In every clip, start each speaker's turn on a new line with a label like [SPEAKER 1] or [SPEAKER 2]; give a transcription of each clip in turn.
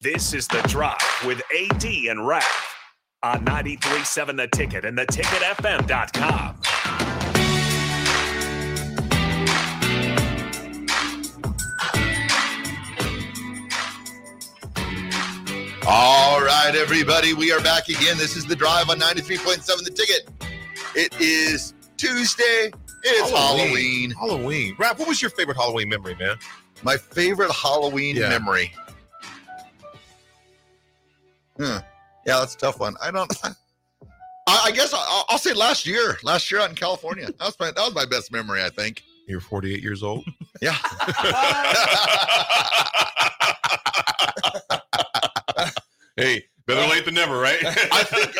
[SPEAKER 1] This is The Drive with AD and Raf on 93.7 The Ticket and theticketfm.com.
[SPEAKER 2] All right, everybody, we are back again. This is the drive on 93.7 The Ticket. It is Tuesday. It's Halloween.
[SPEAKER 3] Halloween. Rap, what was your favorite Halloween memory, man?
[SPEAKER 2] My favorite Halloween
[SPEAKER 3] Yeah.
[SPEAKER 2] memory. Hmm. Yeah, that's a tough one. I don't. I, I guess I'll, I'll say last year. Last year out in California. That was my that was my best memory. I think.
[SPEAKER 3] You're 48 years old.
[SPEAKER 2] Yeah.
[SPEAKER 3] hey, better late than never, right?
[SPEAKER 2] I think.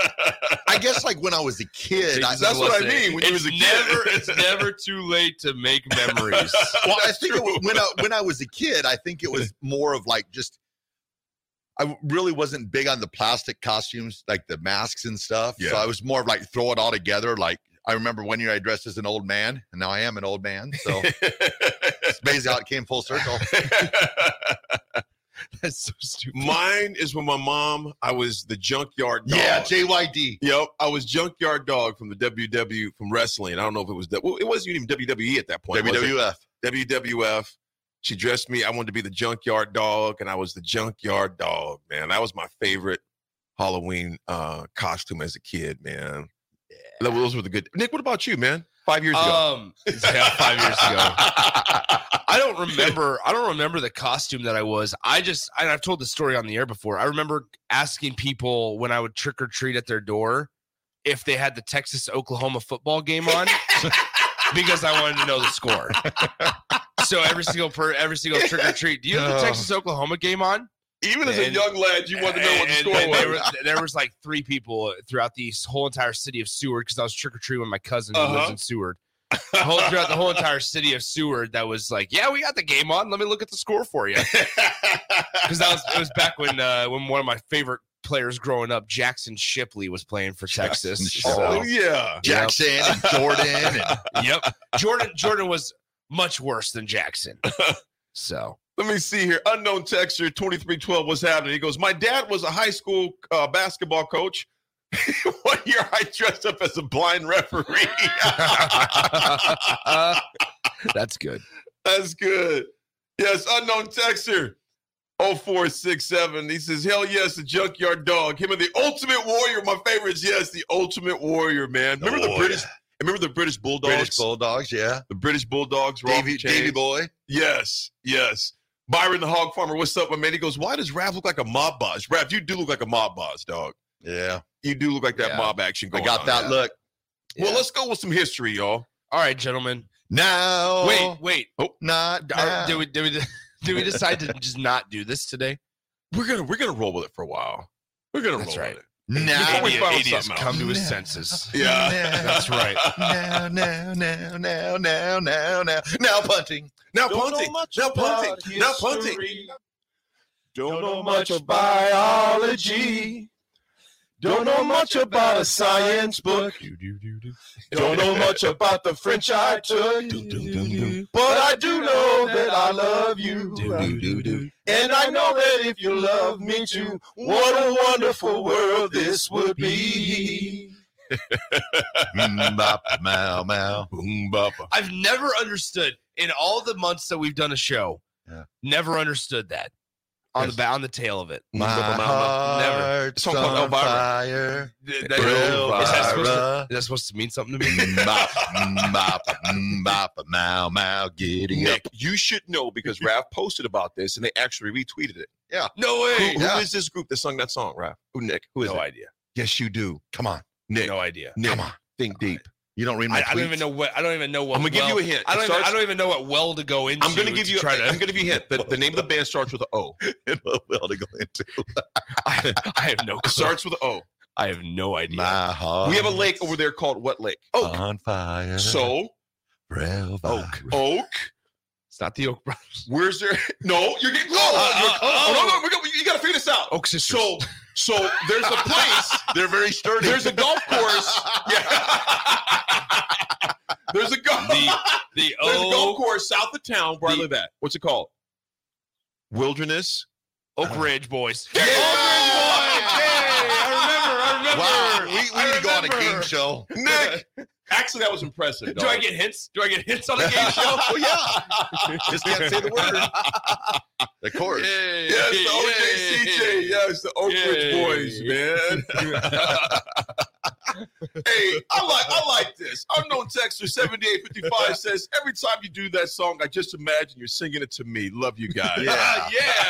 [SPEAKER 2] I guess like when I was a kid. I,
[SPEAKER 4] Jesus
[SPEAKER 2] that's what I mean.
[SPEAKER 4] saying.
[SPEAKER 2] When
[SPEAKER 4] it's
[SPEAKER 2] you was a kid.
[SPEAKER 4] never, it's never too late to make memories.
[SPEAKER 2] well, I think it was, when I when I was a kid, I think it was more of like just I really wasn't big on the plastic costumes, like the masks and stuff. So
[SPEAKER 3] Yeah.
[SPEAKER 2] I was more of like throw it all together. Like I remember one year I dressed as an old man, and now I am an old man. So it's amazing how it came full circle.
[SPEAKER 4] That's so stupid.
[SPEAKER 3] Mine is when my mom, I was the junkyard dog.
[SPEAKER 2] Yeah, JYD.
[SPEAKER 3] Yep, I was junkyard dog from the WW from wrestling. I don't know if it was that. Well, it wasn't even WWE at that point. was it?
[SPEAKER 4] E.
[SPEAKER 2] WWF.
[SPEAKER 3] WWF. She dressed me. I wanted to be the junkyard dog, and I was the junkyard dog. Man, that was my favorite Halloween uh, costume as a kid. Man, Tho- those were the good. Nick, what about you, man? Five years ago.
[SPEAKER 4] Um, yeah, five years ago. I don't remember. I don't remember the costume that I was. I just, and I've told the story on the air before. I remember asking people when I would trick or treat at their door if they had the Texas Oklahoma football game on because I wanted to know the score. So every single per every single trick or treat. Do you have the
[SPEAKER 3] Oh.
[SPEAKER 4] Texas Oklahoma game on?
[SPEAKER 3] Even as a
[SPEAKER 4] And-
[SPEAKER 3] young lad, you wanted to know what the
[SPEAKER 4] And-
[SPEAKER 3] score
[SPEAKER 4] and
[SPEAKER 3] was.
[SPEAKER 4] There was, there was like three people throughout the whole entire city of Seward because I was trick or treating with my cousin who lives
[SPEAKER 3] Uh-huh.
[SPEAKER 4] in Seward. The whole, throughout the whole entire city of Seward, that was like, yeah, we got the game on. Let me look at the score for you because that was it was back when uh, when one of my favorite players growing up, Jackson Shipley, was playing for Texas.
[SPEAKER 3] oh,
[SPEAKER 2] Shipley.
[SPEAKER 4] So,
[SPEAKER 3] yeah.
[SPEAKER 2] Jackson and Jordan. And,
[SPEAKER 3] Oh.
[SPEAKER 4] yep, Jordan Jordan was much worse than Jackson. So
[SPEAKER 3] Let me see here. Unknown texture 2312. What's happening? He goes, My dad was a high school uh, basketball coach. One year I dressed up as a blind referee.
[SPEAKER 4] that's good.
[SPEAKER 3] That's good. Yes, unknown oh texter. 0467. He says, Hell yes, the junkyard dog. Him and the ultimate warrior. My favorite is yes, the ultimate warrior, man.
[SPEAKER 2] The
[SPEAKER 3] Remember the
[SPEAKER 2] warrior.
[SPEAKER 3] British remember the British Bulldogs?
[SPEAKER 2] Oh, British Bulldogs. Yeah.
[SPEAKER 3] the British Bulldogs were off
[SPEAKER 2] Davy,
[SPEAKER 3] the chain.
[SPEAKER 2] Davy Boy.
[SPEAKER 3] Yes, yes. Byron the Hog Farmer, what's up, my man? He goes, Why does Rav look like a mob boss? Rav, you do look like a mob boss, dog.
[SPEAKER 2] Yeah.
[SPEAKER 3] You do look like that
[SPEAKER 4] Yeah.
[SPEAKER 3] mob
[SPEAKER 2] I
[SPEAKER 3] action going
[SPEAKER 2] got
[SPEAKER 3] on.
[SPEAKER 2] that look.
[SPEAKER 3] Well,
[SPEAKER 4] Yeah.
[SPEAKER 3] let's go with some history, y'all.
[SPEAKER 4] All right, gentlemen.
[SPEAKER 2] Now. Oh,
[SPEAKER 4] Wait, wait.
[SPEAKER 2] Not.
[SPEAKER 4] Are,
[SPEAKER 2] now.
[SPEAKER 4] did we did we did we decide to just not do this today?
[SPEAKER 3] We're gonna we're gonna roll with it for a while. We're gonna
[SPEAKER 4] That's
[SPEAKER 3] roll
[SPEAKER 4] right.
[SPEAKER 3] with
[SPEAKER 2] now.
[SPEAKER 3] Before we
[SPEAKER 4] Idiot-
[SPEAKER 3] found
[SPEAKER 4] idiot's
[SPEAKER 3] something
[SPEAKER 4] come to his
[SPEAKER 2] else.
[SPEAKER 4] senses.
[SPEAKER 3] it. Yeah.
[SPEAKER 4] That's right.
[SPEAKER 2] now, now, now, now, now, now, now, now punting.
[SPEAKER 3] Now
[SPEAKER 2] Don't know
[SPEAKER 3] punting. Now punting. Now punting.
[SPEAKER 5] Don't know much about biology. Don't know much about a science book. Don't know much about the French I took. But I do know that I love you. And I know that if you love me too, what a wonderful world this would be.
[SPEAKER 2] Mm, bop, mow, mow.
[SPEAKER 3] Boom bapa.
[SPEAKER 4] I've never understood in all the months that we've done a show.
[SPEAKER 2] Yeah.
[SPEAKER 4] Never understood that on the the on the tail of it.
[SPEAKER 2] My
[SPEAKER 3] Never.
[SPEAKER 2] heart's
[SPEAKER 3] Song called
[SPEAKER 2] on
[SPEAKER 3] Elvira.
[SPEAKER 2] fire.
[SPEAKER 4] Th- that- is, that supposed to,
[SPEAKER 2] Elvira.
[SPEAKER 4] is that supposed to mean something to me?
[SPEAKER 2] Mm, bop, mm, bop, mm, bop, mow, mow, giddy up.
[SPEAKER 3] Nick, you should know because Rav posted about this and they actually retweeted it.
[SPEAKER 4] No
[SPEAKER 3] Who-
[SPEAKER 4] way.
[SPEAKER 3] who
[SPEAKER 2] yeah.
[SPEAKER 3] is this group that sung that song, Rav? Who Nick? Who is
[SPEAKER 4] No
[SPEAKER 3] it?
[SPEAKER 4] idea.
[SPEAKER 2] Yes, you do. Come on.
[SPEAKER 3] Nick.
[SPEAKER 4] No idea.
[SPEAKER 3] Nick.
[SPEAKER 2] Come on.
[SPEAKER 3] Think deep.
[SPEAKER 2] You don't read my
[SPEAKER 4] I,
[SPEAKER 2] tweets.
[SPEAKER 4] I don't even know what. I don't even know what.
[SPEAKER 3] I'm gonna give
[SPEAKER 4] well-
[SPEAKER 3] you a hint.
[SPEAKER 4] I
[SPEAKER 3] It
[SPEAKER 4] don't. Even,
[SPEAKER 3] starts-
[SPEAKER 4] I don't even know what well to go into.
[SPEAKER 3] I'm gonna give
[SPEAKER 4] to
[SPEAKER 3] you.
[SPEAKER 4] Try to.
[SPEAKER 3] I'm gonna give you a hint. The, the name of the band starts with an O.
[SPEAKER 2] know well to go into.
[SPEAKER 4] I have no
[SPEAKER 3] It
[SPEAKER 4] clue.
[SPEAKER 3] starts with a O.
[SPEAKER 4] I have no idea.
[SPEAKER 2] My
[SPEAKER 4] Uh,
[SPEAKER 2] heart.
[SPEAKER 3] We have a lake over there called what lake? Oak.
[SPEAKER 2] On fire.
[SPEAKER 3] So
[SPEAKER 2] Rev-
[SPEAKER 3] oak. Oak.
[SPEAKER 4] It's not the Oak Brothers.
[SPEAKER 3] Where's there? No, you're getting close.
[SPEAKER 4] Uh,
[SPEAKER 3] You're
[SPEAKER 4] uh,
[SPEAKER 3] close.
[SPEAKER 4] oh.
[SPEAKER 3] No, no, we got- you got to figure this out.
[SPEAKER 4] Oak Sisters.
[SPEAKER 3] So, so there's a place.
[SPEAKER 2] They're very sturdy.
[SPEAKER 3] There's a golf course. Yeah. There's a golf.
[SPEAKER 4] The- the
[SPEAKER 3] There's a golf
[SPEAKER 4] Oak
[SPEAKER 3] course south of town where I
[SPEAKER 4] Oh. The-
[SPEAKER 3] live at. What's it called? Wilderness.
[SPEAKER 4] Oak Ridge Boys.
[SPEAKER 3] Yeah.
[SPEAKER 4] I remember. I
[SPEAKER 2] Wow,
[SPEAKER 4] remember.
[SPEAKER 2] we, we need to go on a game show.
[SPEAKER 3] Nick. Actually, that was impressive.
[SPEAKER 4] Do I
[SPEAKER 3] dog.
[SPEAKER 4] get hints? Do I get hints on the game show? Oh,
[SPEAKER 2] well, yeah. Just can't say the word. The course.
[SPEAKER 3] Yes, the OJCJ. Yes, the Oak Ridge
[SPEAKER 4] Yay.
[SPEAKER 3] Boys, man. hey, I like I like this. Unknown texter seventy eight fifty five says every time you do that song, I just imagine you're singing it to me. Love you guys.
[SPEAKER 2] Yeah.
[SPEAKER 4] yeah.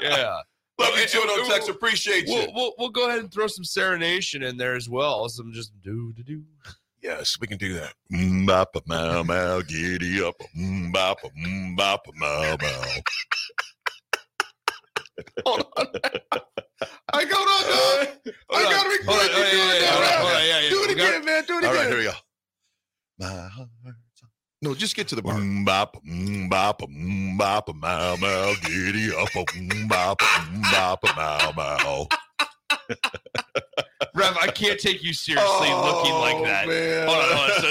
[SPEAKER 4] Yeah.
[SPEAKER 3] Love you too, unknown texter. Appreciate you.
[SPEAKER 4] We'll, we'll, we'll go ahead and throw some serenation in there as well. Some just do do do.
[SPEAKER 3] yes, we can do that.
[SPEAKER 2] Mbop, mow, mow, giddy up. mmm, Mbop, mbop, mow, mow.
[SPEAKER 3] I got on, dog. I
[SPEAKER 4] on.
[SPEAKER 3] got to
[SPEAKER 4] Hold on,
[SPEAKER 3] record
[SPEAKER 4] hold on,
[SPEAKER 3] you
[SPEAKER 4] yeah,
[SPEAKER 3] doing
[SPEAKER 4] yeah,
[SPEAKER 3] that.
[SPEAKER 4] hold on, yeah, yeah.
[SPEAKER 3] Do it
[SPEAKER 4] We got-
[SPEAKER 3] again, man. Do it
[SPEAKER 2] All right, here
[SPEAKER 3] again.
[SPEAKER 2] we go. My heart.
[SPEAKER 3] No, just get to the bar.
[SPEAKER 2] Mbop, mbop, mbop, mow, mow, giddy up. mmm, Mbop, mbop, mow, mow.
[SPEAKER 4] Rev, I can't take you seriously looking like that.
[SPEAKER 3] Oh, Man.
[SPEAKER 4] Hold on, hold on. So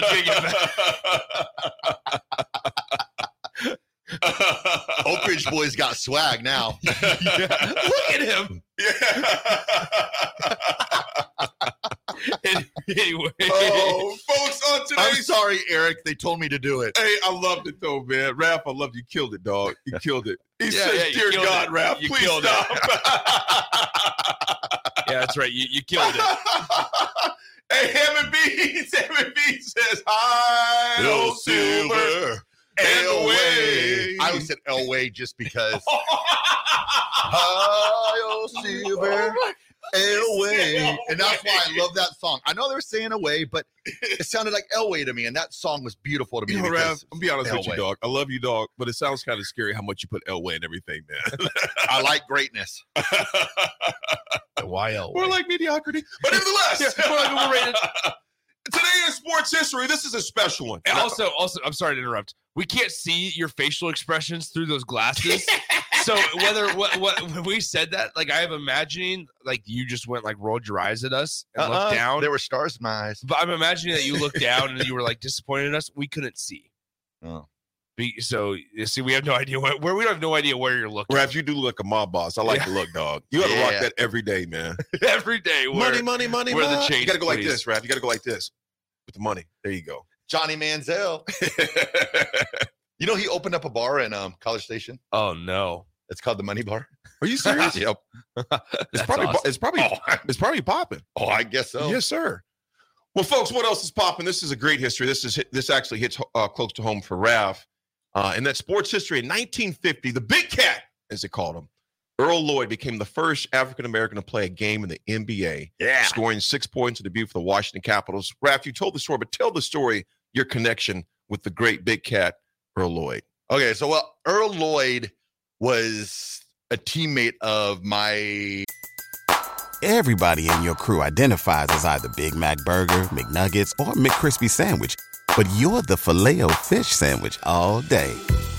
[SPEAKER 4] take it back.
[SPEAKER 2] Oak Ridge Boys got swag now.
[SPEAKER 4] Look at him. anyway.
[SPEAKER 3] oh, folks, on
[SPEAKER 2] I'm
[SPEAKER 3] today's
[SPEAKER 2] sorry, Eric. They told me to do it.
[SPEAKER 3] Hey, I loved it though, man. Raph, I love you. Killed it, dog. You killed it. He
[SPEAKER 4] Yeah,
[SPEAKER 3] says,
[SPEAKER 4] yeah, you
[SPEAKER 3] "Dear
[SPEAKER 4] killed
[SPEAKER 3] God,
[SPEAKER 4] it.
[SPEAKER 3] Raph,
[SPEAKER 4] You
[SPEAKER 3] please
[SPEAKER 4] killed it.
[SPEAKER 3] stop."
[SPEAKER 4] Yeah, that's right. You, you killed it.
[SPEAKER 3] hey, Hammond Beans. Hammond Beans says, "Hi,
[SPEAKER 2] El
[SPEAKER 3] old silver."
[SPEAKER 2] Elway.
[SPEAKER 3] Elway.
[SPEAKER 2] I always said Elway just because.
[SPEAKER 3] oh
[SPEAKER 2] Ohio Silver
[SPEAKER 3] my-
[SPEAKER 2] Elway.
[SPEAKER 3] Elway.
[SPEAKER 2] And that's why I love that song. I know they're saying away, but it sounded like Elway to me, and that song was beautiful to me.
[SPEAKER 3] You know,
[SPEAKER 2] because
[SPEAKER 3] Raph, I'm be honest with you,
[SPEAKER 2] Elway.
[SPEAKER 3] dog. I love you, dog, but it sounds kind of scary how much you put Elway and everything, man.
[SPEAKER 2] I like greatness.
[SPEAKER 4] YL.
[SPEAKER 3] More like mediocrity, but nevertheless,
[SPEAKER 4] Yeah, more like overrated.
[SPEAKER 3] Today in sports history, this is a special one.
[SPEAKER 4] And also, also, I'm sorry to interrupt. We can't see your facial expressions through those glasses. so whether what what when we said that, like I am imagining, like you just went like rolled your eyes at us and
[SPEAKER 2] Uh-uh.
[SPEAKER 4] looked down.
[SPEAKER 2] There were stars in my eyes.
[SPEAKER 4] but I'm imagining that you looked down and you were like disappointed in us. We couldn't see.
[SPEAKER 2] Oh.
[SPEAKER 4] Be, so you see, we have no idea what, where we have no idea where you're looking
[SPEAKER 3] Raph, you do look like a mob boss. I like the look, dog. You gotta rock
[SPEAKER 2] Yeah.
[SPEAKER 3] that every day, man.
[SPEAKER 4] every day. Where,
[SPEAKER 3] money, money, money.
[SPEAKER 4] where the
[SPEAKER 3] money.
[SPEAKER 4] change,
[SPEAKER 3] You gotta go like
[SPEAKER 4] please.
[SPEAKER 3] this, Raph. You gotta go like this with the money. There you go.
[SPEAKER 2] Johnny Manziel. You know, he opened up a bar in um, College Station.
[SPEAKER 4] Oh no,
[SPEAKER 2] It's called the Money Bar.
[SPEAKER 3] Are you serious?
[SPEAKER 2] yep.
[SPEAKER 3] It's
[SPEAKER 4] That's
[SPEAKER 3] probably,
[SPEAKER 4] awesome.
[SPEAKER 3] it's probably, it's probably popping.
[SPEAKER 2] Oh, I guess so.
[SPEAKER 3] Yes, sir. Well, folks, what else is popping? This is a great history. This is this actually hits uh, close to home for Raf. Uh, in that sports history in 1950, the Big Cat, as they called him, Earl Lloyd became the first African American to play a game in the NBA,
[SPEAKER 2] Yeah.
[SPEAKER 3] scoring six points in debut for the Washington Capitals. Raf, you told the story, but tell the story your connection with the great Big Cat, Earl Lloyd.
[SPEAKER 2] Okay, so well, Earl Lloyd was a teammate of my
[SPEAKER 6] Everybody in your crew identifies as either Big Mac Burger, McNuggets, or McCrispy Sandwich. But you're the filet fish Sandwich all day.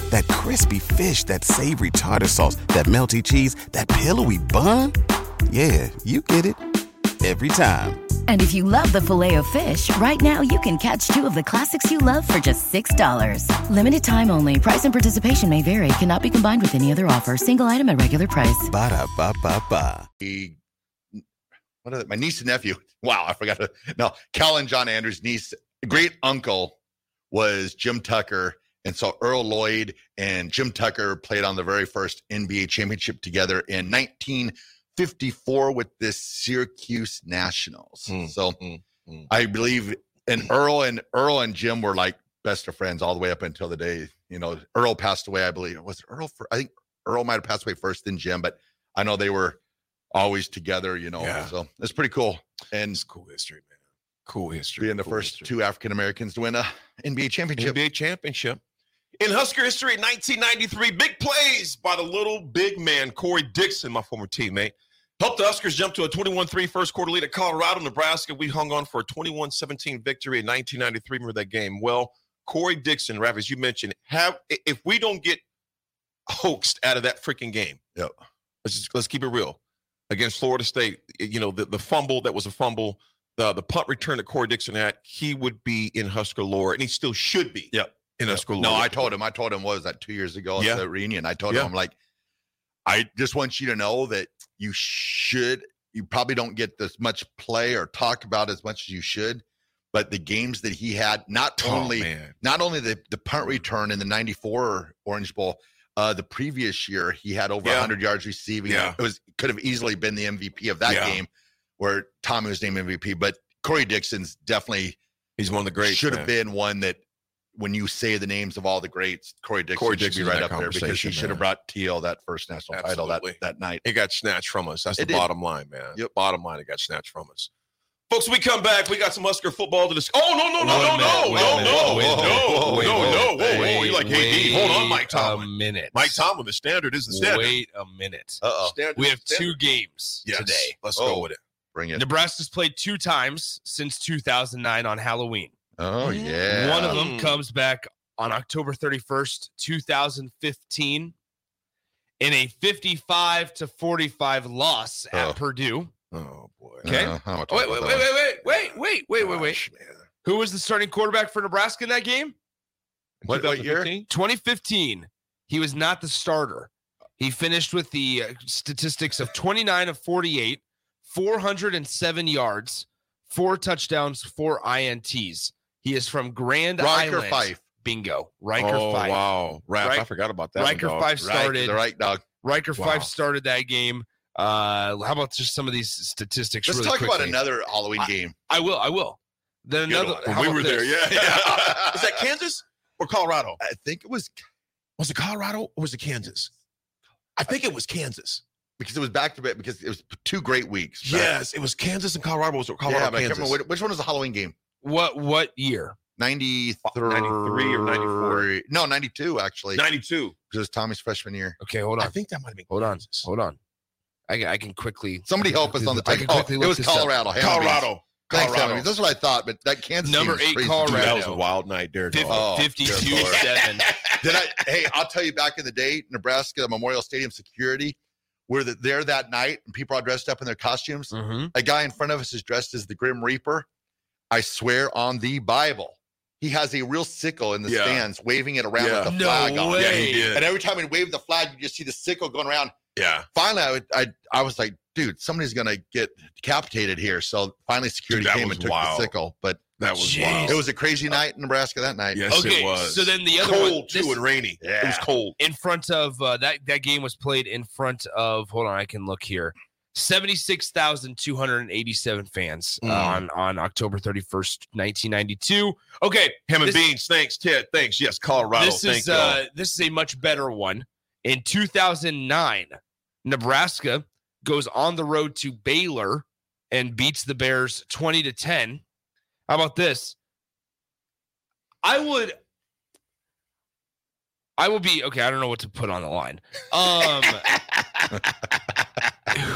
[SPEAKER 6] That crispy fish, that savory tartar sauce, that melty cheese, that pillowy bun. Yeah, you get it. Every time.
[SPEAKER 7] And if you love the filet of fish, right now you can catch two of the classics you love for just $6. Limited time only. Price and participation may vary. Cannot be combined with any other offer. Single item at regular price.
[SPEAKER 6] Ba-da-ba-ba-ba.
[SPEAKER 2] what are they, my niece and nephew. Wow, I forgot to no Cal and John Andrews' niece, great uncle was Jim Tucker. And so Earl Lloyd and Jim Tucker played on the very first NBA championship together in 1954 with the Syracuse Nationals.
[SPEAKER 3] Mm,
[SPEAKER 2] so
[SPEAKER 3] mm, mm.
[SPEAKER 2] I believe and Earl and Earl and Jim were like best of friends all the way up until the day, you know, Earl passed away, I believe. Was it Earl for I think Earl might have passed away first than Jim, but I know they were always together, you know.
[SPEAKER 3] Yeah.
[SPEAKER 2] So it's pretty cool. And
[SPEAKER 3] It's cool history, man. Cool history.
[SPEAKER 2] being the
[SPEAKER 3] cool
[SPEAKER 2] first
[SPEAKER 3] history.
[SPEAKER 2] two African Americans to win a NBA championship.
[SPEAKER 3] NBA championship. In Husker history, 1993, big plays by the little big man, Corey Dixon, my former teammate. Helped the Huskers jump to a 21 3 first quarter lead at Colorado, Nebraska. We hung on for a 21 17 victory in 1993. Remember that game? Well, Corey Dixon, Rav, as you mentioned, have i- if we don't get hoaxed out of that freaking game,
[SPEAKER 2] Yep.
[SPEAKER 3] let's, just, let's keep it real. Against Florida State, y- you know, the, the fumble that was a fumble, the, the punt return that Corey Dixon had, he would be in Husker lore, and he still should be
[SPEAKER 2] Yep.
[SPEAKER 3] in Husker lore.
[SPEAKER 2] No, I told him. I told him what was that two years ago at
[SPEAKER 3] Yeah.
[SPEAKER 2] the reunion. I told
[SPEAKER 3] Yeah.
[SPEAKER 2] him I'm like, I just want you to know that you should. You probably don't get this much play or talk about as much as you should, but the games that he had, not
[SPEAKER 3] Oh,
[SPEAKER 2] only
[SPEAKER 3] man. Mm-hmm.
[SPEAKER 2] not only the the punt return in the '94 Orange Bowl, uh, the previous year he had over
[SPEAKER 3] Yeah.
[SPEAKER 2] 100 yards receiving.
[SPEAKER 3] Yeah.
[SPEAKER 2] It was could have easily been the MVP of that
[SPEAKER 3] Yeah.
[SPEAKER 2] game, where Tommy was named MVP. But Corey Dixon's definitely
[SPEAKER 3] He's one of the greats.
[SPEAKER 2] should have
[SPEAKER 3] man.
[SPEAKER 2] been one that when you say the names of all the greats, Corey Dixon
[SPEAKER 3] Corey
[SPEAKER 2] should be
[SPEAKER 3] Dixon's in
[SPEAKER 2] right
[SPEAKER 3] that
[SPEAKER 2] up there because
[SPEAKER 3] conversation,
[SPEAKER 2] he should
[SPEAKER 3] man.
[SPEAKER 2] have brought Teal that first national title
[SPEAKER 3] Absolutely.
[SPEAKER 2] that, that night.
[SPEAKER 3] It got snatched from us. That's
[SPEAKER 2] It
[SPEAKER 3] the
[SPEAKER 2] did.
[SPEAKER 3] bottom line, man.
[SPEAKER 2] Yep.
[SPEAKER 3] Bottom line, it got snatched from us. Folks, we come back. We got some Husker football to discuss. Oh, no, no, no,
[SPEAKER 4] Wait
[SPEAKER 3] no,
[SPEAKER 4] a minute,
[SPEAKER 3] no,
[SPEAKER 4] wait a
[SPEAKER 3] no,
[SPEAKER 4] minute,
[SPEAKER 3] no,
[SPEAKER 4] wait a
[SPEAKER 3] no,
[SPEAKER 4] minute,
[SPEAKER 3] no,
[SPEAKER 4] wait a
[SPEAKER 3] no. Whoa,
[SPEAKER 4] minute,
[SPEAKER 3] whoa, you're like, hey,
[SPEAKER 4] wait
[SPEAKER 3] D, hold on, Mike Tomlin.
[SPEAKER 4] A minute.
[SPEAKER 3] Mike Tomlin, the standard is the standard.
[SPEAKER 4] Wait a minute.
[SPEAKER 2] Uh
[SPEAKER 3] Standard
[SPEAKER 4] We
[SPEAKER 3] is
[SPEAKER 4] have
[SPEAKER 3] the standard.
[SPEAKER 4] two games
[SPEAKER 3] Yes.
[SPEAKER 4] today.
[SPEAKER 3] Let's
[SPEAKER 2] Oh.
[SPEAKER 3] go with it.
[SPEAKER 2] Bring it.
[SPEAKER 4] Nebraska's played two times since 2009 on Halloween.
[SPEAKER 2] Oh
[SPEAKER 7] Yeah.
[SPEAKER 2] yeah.
[SPEAKER 4] One of
[SPEAKER 3] Mm.
[SPEAKER 4] them comes back on October 31st, 2015, in a 55 to 45 loss at
[SPEAKER 2] Oh.
[SPEAKER 4] Purdue.
[SPEAKER 3] Oh, boy.
[SPEAKER 4] Okay.
[SPEAKER 2] Uh, I'm gonna talk
[SPEAKER 4] Oh, wait,
[SPEAKER 2] about that
[SPEAKER 4] wait,
[SPEAKER 2] one.
[SPEAKER 4] wait, wait, wait, wait, wait, wait, wait.
[SPEAKER 3] Gosh, man.
[SPEAKER 4] Who was the starting quarterback for Nebraska in that game?
[SPEAKER 2] What, what year?
[SPEAKER 4] 2015. He was not the starter. He finished with the uh, statistics of 29 of 48, 407 yards, four touchdowns, four INTs. He is from Grand
[SPEAKER 2] Riker
[SPEAKER 4] Island.
[SPEAKER 2] Fife.
[SPEAKER 4] Bingo. Riker
[SPEAKER 3] oh,
[SPEAKER 4] Fife.
[SPEAKER 3] wow. Raph, I
[SPEAKER 4] Rik-
[SPEAKER 3] forgot about that. one,
[SPEAKER 4] Riker
[SPEAKER 3] dog.
[SPEAKER 4] Fife
[SPEAKER 2] Right,
[SPEAKER 4] started.
[SPEAKER 2] the right dog.
[SPEAKER 4] Riker
[SPEAKER 3] Wow.
[SPEAKER 4] Five started that game. Uh, how about just some of these statistics?
[SPEAKER 2] Let's
[SPEAKER 4] really
[SPEAKER 2] talk about
[SPEAKER 4] quickly?
[SPEAKER 2] another Halloween game.
[SPEAKER 4] I will. I will. Then
[SPEAKER 3] Good
[SPEAKER 4] another.
[SPEAKER 3] one.
[SPEAKER 4] how
[SPEAKER 3] When we
[SPEAKER 4] about
[SPEAKER 3] were there.
[SPEAKER 4] this?
[SPEAKER 3] Yeah. yeah. Is that Kansas or Colorado?
[SPEAKER 2] I think it was
[SPEAKER 3] Was it Colorado or was it Kansas? I think it was Kansas.
[SPEAKER 2] because it was back to back because it was two great weeks. back-
[SPEAKER 3] Yes, it was Kansas and Colorado. Was it
[SPEAKER 2] Yeah,
[SPEAKER 3] Colorado,
[SPEAKER 2] but I can't
[SPEAKER 3] Kansas?
[SPEAKER 2] remember which- which one was the Halloween game.
[SPEAKER 4] What what year?
[SPEAKER 2] 93,
[SPEAKER 3] 93 or 94?
[SPEAKER 2] No, 92 actually.
[SPEAKER 3] 92.
[SPEAKER 2] Because it was Tommy's freshman year.
[SPEAKER 4] Okay, hold
[SPEAKER 3] I
[SPEAKER 4] on.
[SPEAKER 3] think that might have been
[SPEAKER 4] Hold on.
[SPEAKER 3] Kansas.
[SPEAKER 4] Hold on. I, can- I can quickly.
[SPEAKER 2] Somebody
[SPEAKER 4] I can
[SPEAKER 2] help us
[SPEAKER 4] quickly
[SPEAKER 2] on the
[SPEAKER 4] look- I can
[SPEAKER 2] oh,
[SPEAKER 4] quickly
[SPEAKER 2] It
[SPEAKER 4] look
[SPEAKER 2] was
[SPEAKER 4] this up.
[SPEAKER 2] Colorado. Hammer Beans.
[SPEAKER 3] Colorado.
[SPEAKER 2] Thanks,
[SPEAKER 3] Colorado.
[SPEAKER 2] Hammer. That's what I thought, but that Kansas
[SPEAKER 4] Number
[SPEAKER 2] team is
[SPEAKER 4] eight,
[SPEAKER 2] crazy.
[SPEAKER 3] Dude,
[SPEAKER 4] Colorado.
[SPEAKER 3] that was a wild night there,
[SPEAKER 4] Fif-
[SPEAKER 3] dog.
[SPEAKER 2] Oh,
[SPEAKER 4] Fifty-two
[SPEAKER 2] good lord.
[SPEAKER 4] seven.
[SPEAKER 2] Did I? Hey, I'll tell you. Back in the day, Nebraska Memorial Stadium security, we're the, there that night, and people are dressed up in their
[SPEAKER 3] Hmm.
[SPEAKER 2] costumes.
[SPEAKER 4] Mhm.
[SPEAKER 2] A guy in front of us is dressed as the Grim Reaper. I swear on the Bible, he has a real sickle in the
[SPEAKER 3] Yeah.
[SPEAKER 2] stands, waving it around
[SPEAKER 3] Yeah.
[SPEAKER 2] with the
[SPEAKER 4] No
[SPEAKER 2] flag on. it.
[SPEAKER 3] Yeah, he
[SPEAKER 4] Hey.
[SPEAKER 3] did.
[SPEAKER 2] And every time he waved the flag, you just see the sickle going around.
[SPEAKER 3] Yeah.
[SPEAKER 2] finally, I, would, I I was like, dude, somebody's gonna get decapitated here. So finally, security
[SPEAKER 3] that
[SPEAKER 2] came
[SPEAKER 3] was
[SPEAKER 2] and took
[SPEAKER 3] wild.
[SPEAKER 2] the sickle. But
[SPEAKER 3] That was
[SPEAKER 4] Jeez.
[SPEAKER 3] wild.
[SPEAKER 2] it was a crazy
[SPEAKER 4] Uh,
[SPEAKER 2] night in Nebraska that night.
[SPEAKER 3] yes, it
[SPEAKER 4] Okay,
[SPEAKER 3] was.
[SPEAKER 4] so then the other
[SPEAKER 3] cold
[SPEAKER 4] one.
[SPEAKER 3] too
[SPEAKER 4] this-
[SPEAKER 3] and rainy. It was
[SPEAKER 2] Yeah.
[SPEAKER 3] cold.
[SPEAKER 4] in front of uh, that that game was played in front of hold on I can look here 76,287 fans uh,
[SPEAKER 3] Mm.
[SPEAKER 4] on on October 31st 1992 okay
[SPEAKER 3] Ham and
[SPEAKER 4] This-
[SPEAKER 3] beans. Thanks, Ted. Thanks. Yes, Colorado.
[SPEAKER 4] this
[SPEAKER 3] Thank
[SPEAKER 4] is
[SPEAKER 3] you.
[SPEAKER 4] uh, this is a much better one in 2009 Nebraska goes on the road to Baylor and beats the Bears 20 to 10 how about this I would I will be okay. I don't know what to put on the line. Um,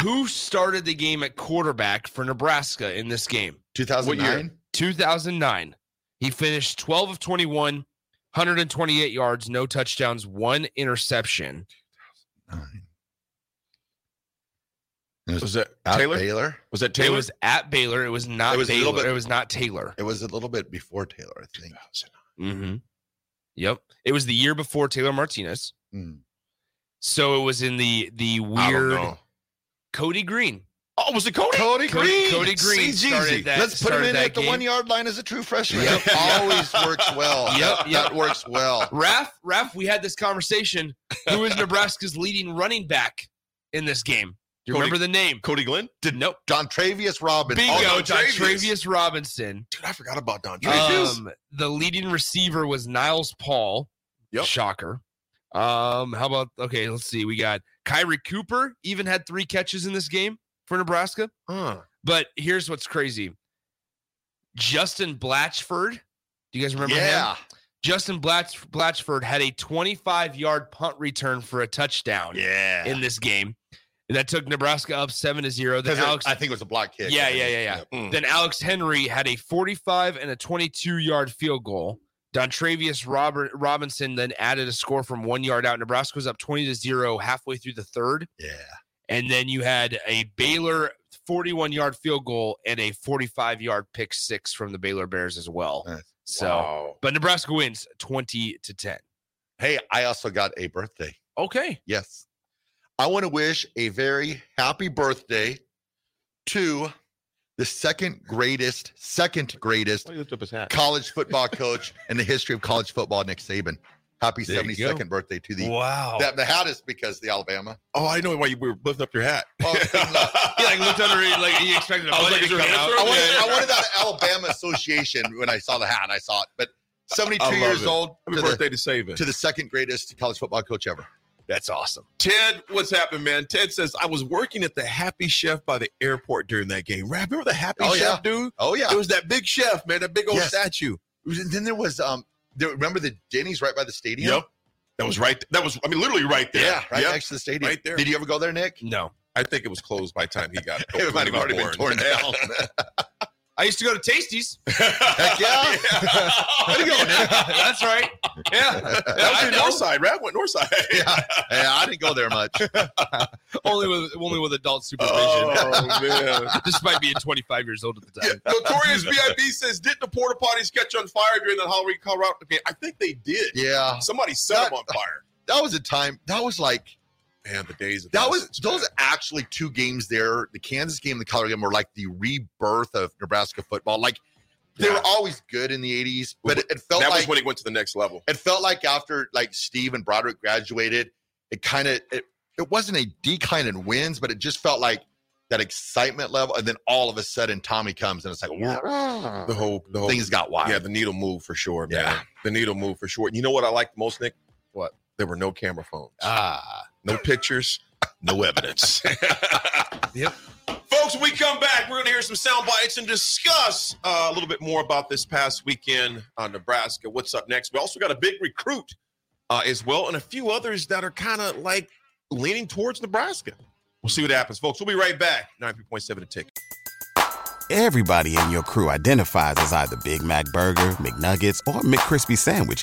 [SPEAKER 4] who started the game at quarterback for Nebraska in this game?
[SPEAKER 2] 2009.
[SPEAKER 4] 2009. He finished 12 of 21, 128 yards, no touchdowns, one interception.
[SPEAKER 3] was that
[SPEAKER 2] At
[SPEAKER 3] Taylor?
[SPEAKER 2] Uh, Taylor.
[SPEAKER 3] Was that
[SPEAKER 4] It
[SPEAKER 3] Taylor?
[SPEAKER 4] was at Baylor. It was not
[SPEAKER 2] It was a
[SPEAKER 4] Baylor.
[SPEAKER 2] little bit-
[SPEAKER 4] it was not Taylor.
[SPEAKER 2] It was a little bit before Taylor, I think.
[SPEAKER 4] Mm-hmm. Yep. It was the year before Taylor Martinez.
[SPEAKER 2] Hmm.
[SPEAKER 4] So it was in the the
[SPEAKER 3] I don't
[SPEAKER 4] weird
[SPEAKER 3] know.
[SPEAKER 4] Cody Green.
[SPEAKER 3] Oh, was it Cody?
[SPEAKER 2] Cody
[SPEAKER 4] Cody, Cody Green
[SPEAKER 3] CGZ.
[SPEAKER 4] started that.
[SPEAKER 2] Let's put him
[SPEAKER 4] started
[SPEAKER 2] in
[SPEAKER 4] that
[SPEAKER 2] at the
[SPEAKER 4] game.
[SPEAKER 2] one yard line as a true freshman.
[SPEAKER 3] Yep.
[SPEAKER 2] That always works well.
[SPEAKER 4] Yep,
[SPEAKER 2] That-
[SPEAKER 4] yep.
[SPEAKER 2] That works well.
[SPEAKER 4] Raph, Raph, we had this conversation. Who is Nebraska's leading running back in this game? Do you
[SPEAKER 3] Cody-
[SPEAKER 4] remember the name?
[SPEAKER 3] Cody Glenn?
[SPEAKER 4] Did nope.
[SPEAKER 2] John Travius Robinson.
[SPEAKER 4] Bingo,
[SPEAKER 3] Oh, no, Travius.
[SPEAKER 4] Travius Robinson.
[SPEAKER 3] Dude, I forgot about Don. Travis.
[SPEAKER 4] Um, the leading receiver was Niles Paul.
[SPEAKER 3] Yep.
[SPEAKER 4] Shocker. Um, how about okay? Let's see. We got Kyrie Cooper. Even had three catches in this game for Nebraska.
[SPEAKER 3] Huh.
[SPEAKER 4] But here's what's crazy. Justin Blatchford. Do you guys remember him?
[SPEAKER 2] yeah.
[SPEAKER 4] Justin Blatch- Blatchford had a 25 yard punt return for a touchdown
[SPEAKER 2] Yeah.
[SPEAKER 4] in this game. That took Nebraska up seven to zero. Then
[SPEAKER 2] Because it-
[SPEAKER 4] Alex,
[SPEAKER 2] I think it was a block kick.
[SPEAKER 4] Yeah, yeah, yeah, yeah. then Alex Henry had a 45 and a 22 yard field goal. Dontravius Robert Robinson then added a score from one yard out. Nebraska was up 20 to zero halfway through the third,
[SPEAKER 2] Yeah.
[SPEAKER 4] and then you had a Baylor 41 yard field goal and a 45 yard pick six from the Baylor Bears as well.
[SPEAKER 2] Nice.
[SPEAKER 4] So, but Nebraska wins 20 to 10.
[SPEAKER 2] Hey, I also got a birthday.
[SPEAKER 4] Okay,
[SPEAKER 2] Yes. I want to wish a very happy birthday to the second greatest, second greatest
[SPEAKER 3] Why you lift up his hat?
[SPEAKER 2] college football coach in the history of college football, Nick Saban. Happy
[SPEAKER 3] There you go.
[SPEAKER 2] 72nd birthday to the.
[SPEAKER 4] wow.
[SPEAKER 2] That, the hat is because the Alabama.
[SPEAKER 3] Oh, I know why you were lifting up your hat.
[SPEAKER 2] Oh,
[SPEAKER 4] he like looked under it like he expected a
[SPEAKER 3] I was
[SPEAKER 4] budget
[SPEAKER 3] like, is
[SPEAKER 4] to
[SPEAKER 3] there
[SPEAKER 4] come
[SPEAKER 3] an
[SPEAKER 4] out.
[SPEAKER 3] answer?
[SPEAKER 2] I wanted, I wanted that Alabama association when I saw the hat. I saw it, but 72
[SPEAKER 3] I love
[SPEAKER 2] years
[SPEAKER 3] it.
[SPEAKER 2] old to
[SPEAKER 3] Happy
[SPEAKER 2] the,
[SPEAKER 3] birthday to Saban.
[SPEAKER 2] to the second greatest college football coach ever.
[SPEAKER 4] That's awesome.
[SPEAKER 3] Ted, what's happened, man? Ted says I was working at the Happy Chef by the airport during that game. Rap, Remember the Happy
[SPEAKER 2] Oh,
[SPEAKER 3] Chef
[SPEAKER 2] yeah.
[SPEAKER 3] dude?
[SPEAKER 2] Oh yeah.
[SPEAKER 3] It was that big chef, man, that big old
[SPEAKER 2] Yes.
[SPEAKER 3] statue.
[SPEAKER 2] Then there was um. There, remember the Denny's right by the stadium?
[SPEAKER 3] That was right. That was I mean literally right there.
[SPEAKER 2] Yeah, right
[SPEAKER 3] Yep.
[SPEAKER 2] next to the stadium.
[SPEAKER 3] Right there.
[SPEAKER 2] Did you ever go there, Nick?
[SPEAKER 4] No.
[SPEAKER 3] I think it was closed by the time he got
[SPEAKER 2] It might have already been torn down.
[SPEAKER 4] I used to go to Tasties.
[SPEAKER 2] Heck yeah.
[SPEAKER 3] Where you going?
[SPEAKER 4] That's right. Yeah.
[SPEAKER 3] That was your north side, Rap went north side.
[SPEAKER 2] yeah. Yeah, I didn't go there much.
[SPEAKER 4] only with only with adult supervision.
[SPEAKER 3] Oh man.
[SPEAKER 4] Despite being 25 years old at the time.
[SPEAKER 3] Notorious VIP says, didn't the porta potties catch on fire during the Halloween Colorado game? I think they did.
[SPEAKER 2] Yeah.
[SPEAKER 3] Somebody set them on fire.
[SPEAKER 2] That was a time. That was like
[SPEAKER 3] Man, the days of
[SPEAKER 2] that was those actually two games there. The Kansas game, and the Colorado game were like the rebirth of Nebraska football. Like they
[SPEAKER 3] Yeah.
[SPEAKER 2] were always good in the 80s, but it, it felt
[SPEAKER 3] That
[SPEAKER 2] like
[SPEAKER 3] was when it went to the next level.
[SPEAKER 2] it felt like after like Steve and Broderick graduated, it kind of it, it wasn't a decline in wins, but it just felt like that excitement level. And then all of a sudden, Tommy comes and it's like
[SPEAKER 3] The whole, the whole
[SPEAKER 2] things got wild.
[SPEAKER 3] Yeah, the needle moved for sure, man.
[SPEAKER 2] Yeah.
[SPEAKER 3] The needle moved for sure. And you know what I liked most, Nick?
[SPEAKER 4] What?
[SPEAKER 3] There were no camera phones,
[SPEAKER 4] Ah.
[SPEAKER 3] no pictures, no evidence.
[SPEAKER 4] Yep.
[SPEAKER 3] Folks, when we come back, we're going to hear some sound bites and discuss uh, a little bit more about this past weekend on Nebraska. What's up next? We also got a big recruit uh, as well, and a few others that are kind of like leaning towards Nebraska. We'll see what happens, folks. We'll be right back. 93.7 to tick.
[SPEAKER 6] Everybody in your crew identifies as either Big Mac Burger, McNuggets, or McCrispy Sandwich.